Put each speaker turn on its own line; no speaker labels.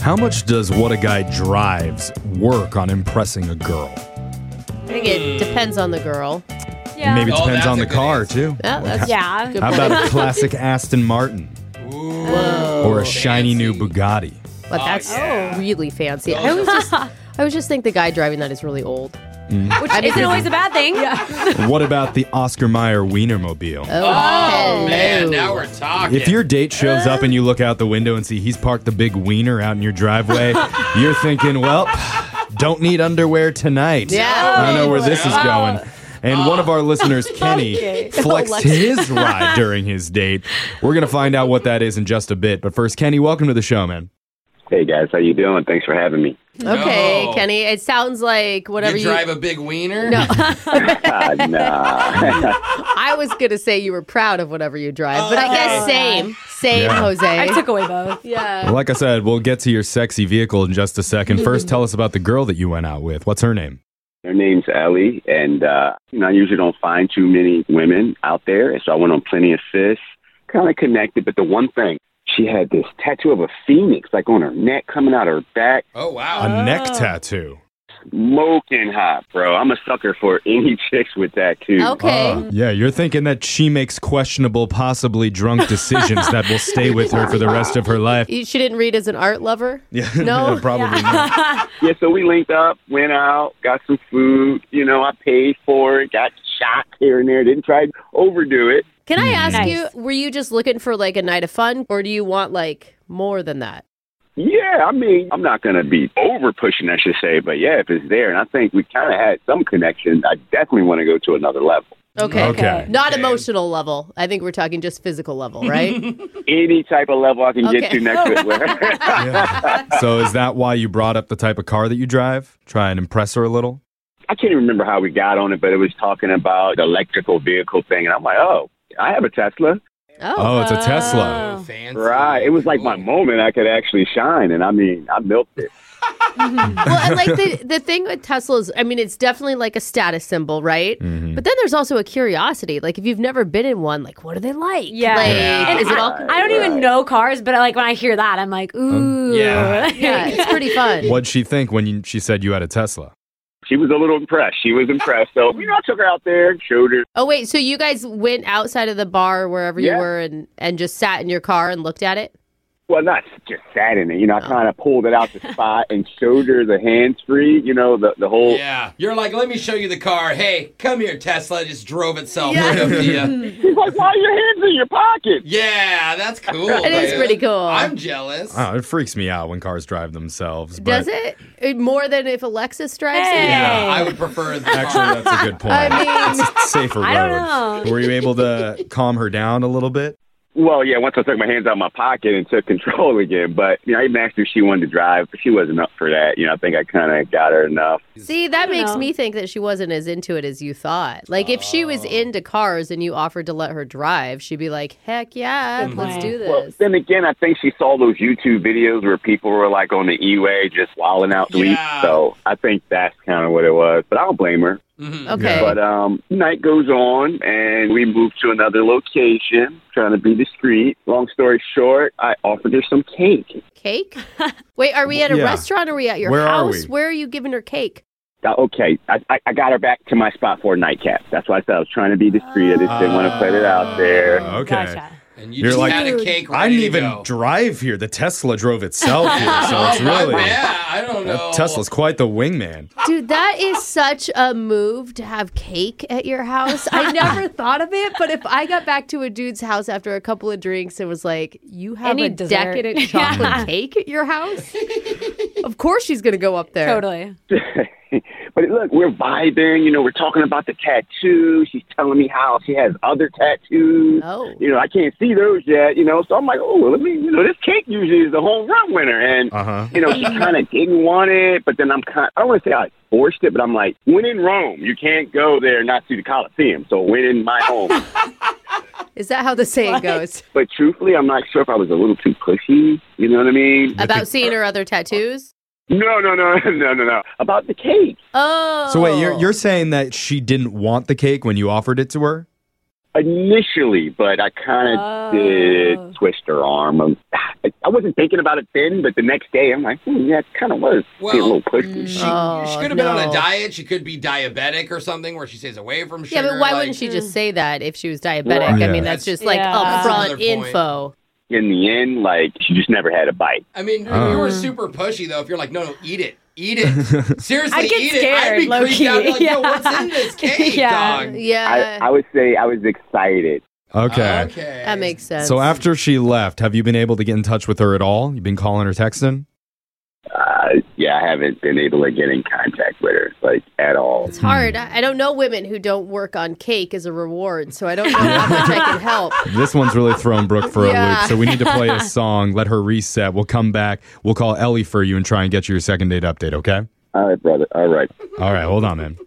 How much does what a guy drives work on impressing a girl?
I think it
Hmm.
depends on the girl.
Yeah.
Maybe it
Oh,
depends
that's
on
a
the
good
car
answer.
too.
Yeah, that's
Yeah.
Good
How
point.
about a classic Aston Martin or a shiny new Bugatti?
But that's
Oh, yeah.
really fancy. I always just, I always just think the guy driving that is really old.
Hmm.
Which isn't always a bad thing. Yeah.
what about the Oscar Mayer Wienermobile?
Oh,
Oh, man,
hello.
now we're talking.
If your date shows up and you look out the window and see he's parked the big wiener out in your driveway, you're thinking, well, don't need underwear tonight.
Yeah.
I know where this is going. And one of our listeners, Kenny, flexed his ride during his date. We're going to find out what that is in just a bit. But first, Kenny, welcome to the show, man.
Hey guys, how you doing? Thanks for having me.
Okay,
No.
Kenny. It sounds like whatever
you
you.
drive a big wiener.
no,
Ah, nah.
I was gonna say you were proud of whatever you drive, but I
Oh,
guess same, same,
Yeah.
Jose.
I took away both.
yeah.
Like I said, we'll get to your sexy vehicle in just a second. First, tell us about the girl that you went out with. What's her name?
Her name's Ellie, and uh, you know, I usually don't find too many women out there, so I went on plenty of fists, kind of connected. But the one thing, she had this tattoo of a phoenix, like on her neck, coming out her back,
Oh wow.
A neck tattoo.
smoking hot, bro. I'm a sucker for any chicks with tattoos.
Okay.
Uh, yeah, you're thinking that she makes questionable, possibly drunk decisions that will stay with her for the rest of her life.
You she didn't read as an art lover.
Yeah,
No?
probably not.
Yeah, so we linked up, went out, got some food. You know, I paid for it, got shot here and there, didn't try to overdo it.
Can I
Hmm.
ask
Nice.
you? Were you just looking for like a night of fun, or do you want like more than that?
Yeah, I mean, I'm not going to be over pushing, I should say, but yeah, if it's there, and I think we kind of had some connection, I definitely want to go to another level.
Okay.
Okay.
Not
Okay.
emotional level. I think we're talking just physical level, right?
Any type of level I can
Okay.
get to next with her.
Yeah. So is that why you brought up the type of car that you drive? Try and impress her a little?
I can't even remember how we got on it, but it was talking about the electrical vehicle thing, and I'm like, oh, I have a Tesla.
oh.
Oh, it's a Tesla.
Oh, fancy. Oh,
Right. It was like my
Cool.
moment I could actually shine, and I mean, I milked it.
Well, and like the, the thing with Teslas, I mean, it's definitely like a status symbol, right?
Mm-hmm.
But then there's also a curiosity. Like, if you've never been in one, like, what are they like?
Yeah.
Like,
Yeah.
And
is it all.
I, I don't even know cars, but like when I hear that, I'm like, ooh.
yeah.
Yeah, it's pretty fun.
What'd she think when you, she said you had a Tesla?
She was a little impressed. She was impressed. So, you know, I took her out there, showed her.
Oh, wait. So you guys went outside of the bar, wherever you
Yeah.
were, and, and just sat in your car and looked at it?
Well, not just sat in it. You know, I kind of pulled it out the spot and showed her the hands free. You know, the the whole.
Yeah. You're like, let me show you the car. Hey, come here, Tesla. It just drove itself right up to you.
She's like, why are your hands in your pocket?
Yeah, that's cool.
It is
dude.
pretty cool.
I'm jealous.
Oh, it freaks me out when cars drive themselves. But
Does it? It- More than if Alexis drives it?
Hey.
Yeah, I would prefer the car.
Actually, that's a good point.
I mean-
it's a safer road.
I don't know.
Were you able to calm her down a little bit?
Well, yeah, once I took my hands out of my pocket and took control again. But, you know, I even asked her if she wanted to drive, but she wasn't up for that. You know, I think I kind of got her enough.
See, that
don't
makes
know.
me think that she wasn't as into it as you thought. Like, if she
Oh.
was into cars and you offered to let her drive, she'd be like, heck yeah, let's
point.
do this.
Well, then again, I think she saw those YouTube videos where people were like on the E-way just wilding out sweet.
Yeah.
So I think that's kind of what it was. But I don't blame her.
Mhm.
okay.
But um, night goes on, and we move to another location, trying to be discreet. Long story short, I offered her some cake.
cake? Wait, are we at a
Yeah.
restaurant? Are we at your
Where are
house?
we?
Where are you giving her cake?
Uh, Okay, I, I, I got her back to my spot for a nightcap. That's why I said I was trying to be discreet. I just didn't want to put it
Ah.
out there.
Uh, Okay.
Gotcha.
And you
You're
just
like,
had a cake
I
ready
didn't
to
even
go. Oh,
drive here. The Tesla drove itself here, so it's really
Yeah, I don't know.
that Tesla's quite the wingman.
Dude, that is such a move to have cake at your house. I never thought of it, but if I got back to a dude's house after a couple of drinks and was like, you have
Any
a
dessert.
decadent chocolate
Yeah.
cake at your house? of course she's going to go up there.
Totally.
but look, we're vibing. You know, we're talking about the tattoo. She's telling me how she has other tattoos.
Oh.
You know, I can't see those yet. You know, so I'm like, oh, well, let me. You know, this cake usually is the home run winner, and
Uh-huh.
you know, she kind of didn't want it. But then I'm kind. I don't want to say I forced it, but I'm like, when in Rome, you can't go there and not see the Colosseum. So when in my home.
Is that how the saying goes?
but truthfully, I'm not sure if I was a little too pushy. You know what I mean?
About seeing her other tattoos?
No, no, no, no, no, no. About the cake.
Oh.
So wait, you're, you're saying that she didn't want the cake when you offered it to her?
initially, but I kind of did twist her arm. Um, I- I wasn't thinking about it then, but the next day I'm like, hmm, yeah, it kind of was
Well, mm.
getting a little pushy.
She,
Oh,
she could have been on a
no.
diet. She could be diabetic or something where she stays away from sugar.
Yeah, but why
like-
wouldn't she just say that if she was diabetic?
Yeah.
I mean, that's
That's-
just like
Mm. Yeah.
upfront
That's another point.
info.
In the end, like she just never had a bite.
I mean, if
Oh.
you were super pushy though, if you're like, no, no, eat it, eat it. Seriously,
I'd get
eat it. I'd
scared,
be
low
creeped
key.
out. Like, yo, what's in this
Yeah.
cake,
Yeah.
dog?
Yeah,
I, I would say I was excited.
Okay.
Okay.
that makes sense.
So after she left, have you been able to get in touch with her at all? You've been calling her, texting?
Uh, yeah, I haven't been able to get in contact with her like at all.
it's hard.
Hmm.
I I don't know women who don't work on cake as a reward, so I don't know how much I can help.
This one's really thrown Brooke for a
Yeah.
loop. So we need to play a song, let her reset. We'll come back. We'll call Ellie for you and try and get you your second date update, okay?
All right, brother. All right.
All right, hold on, man.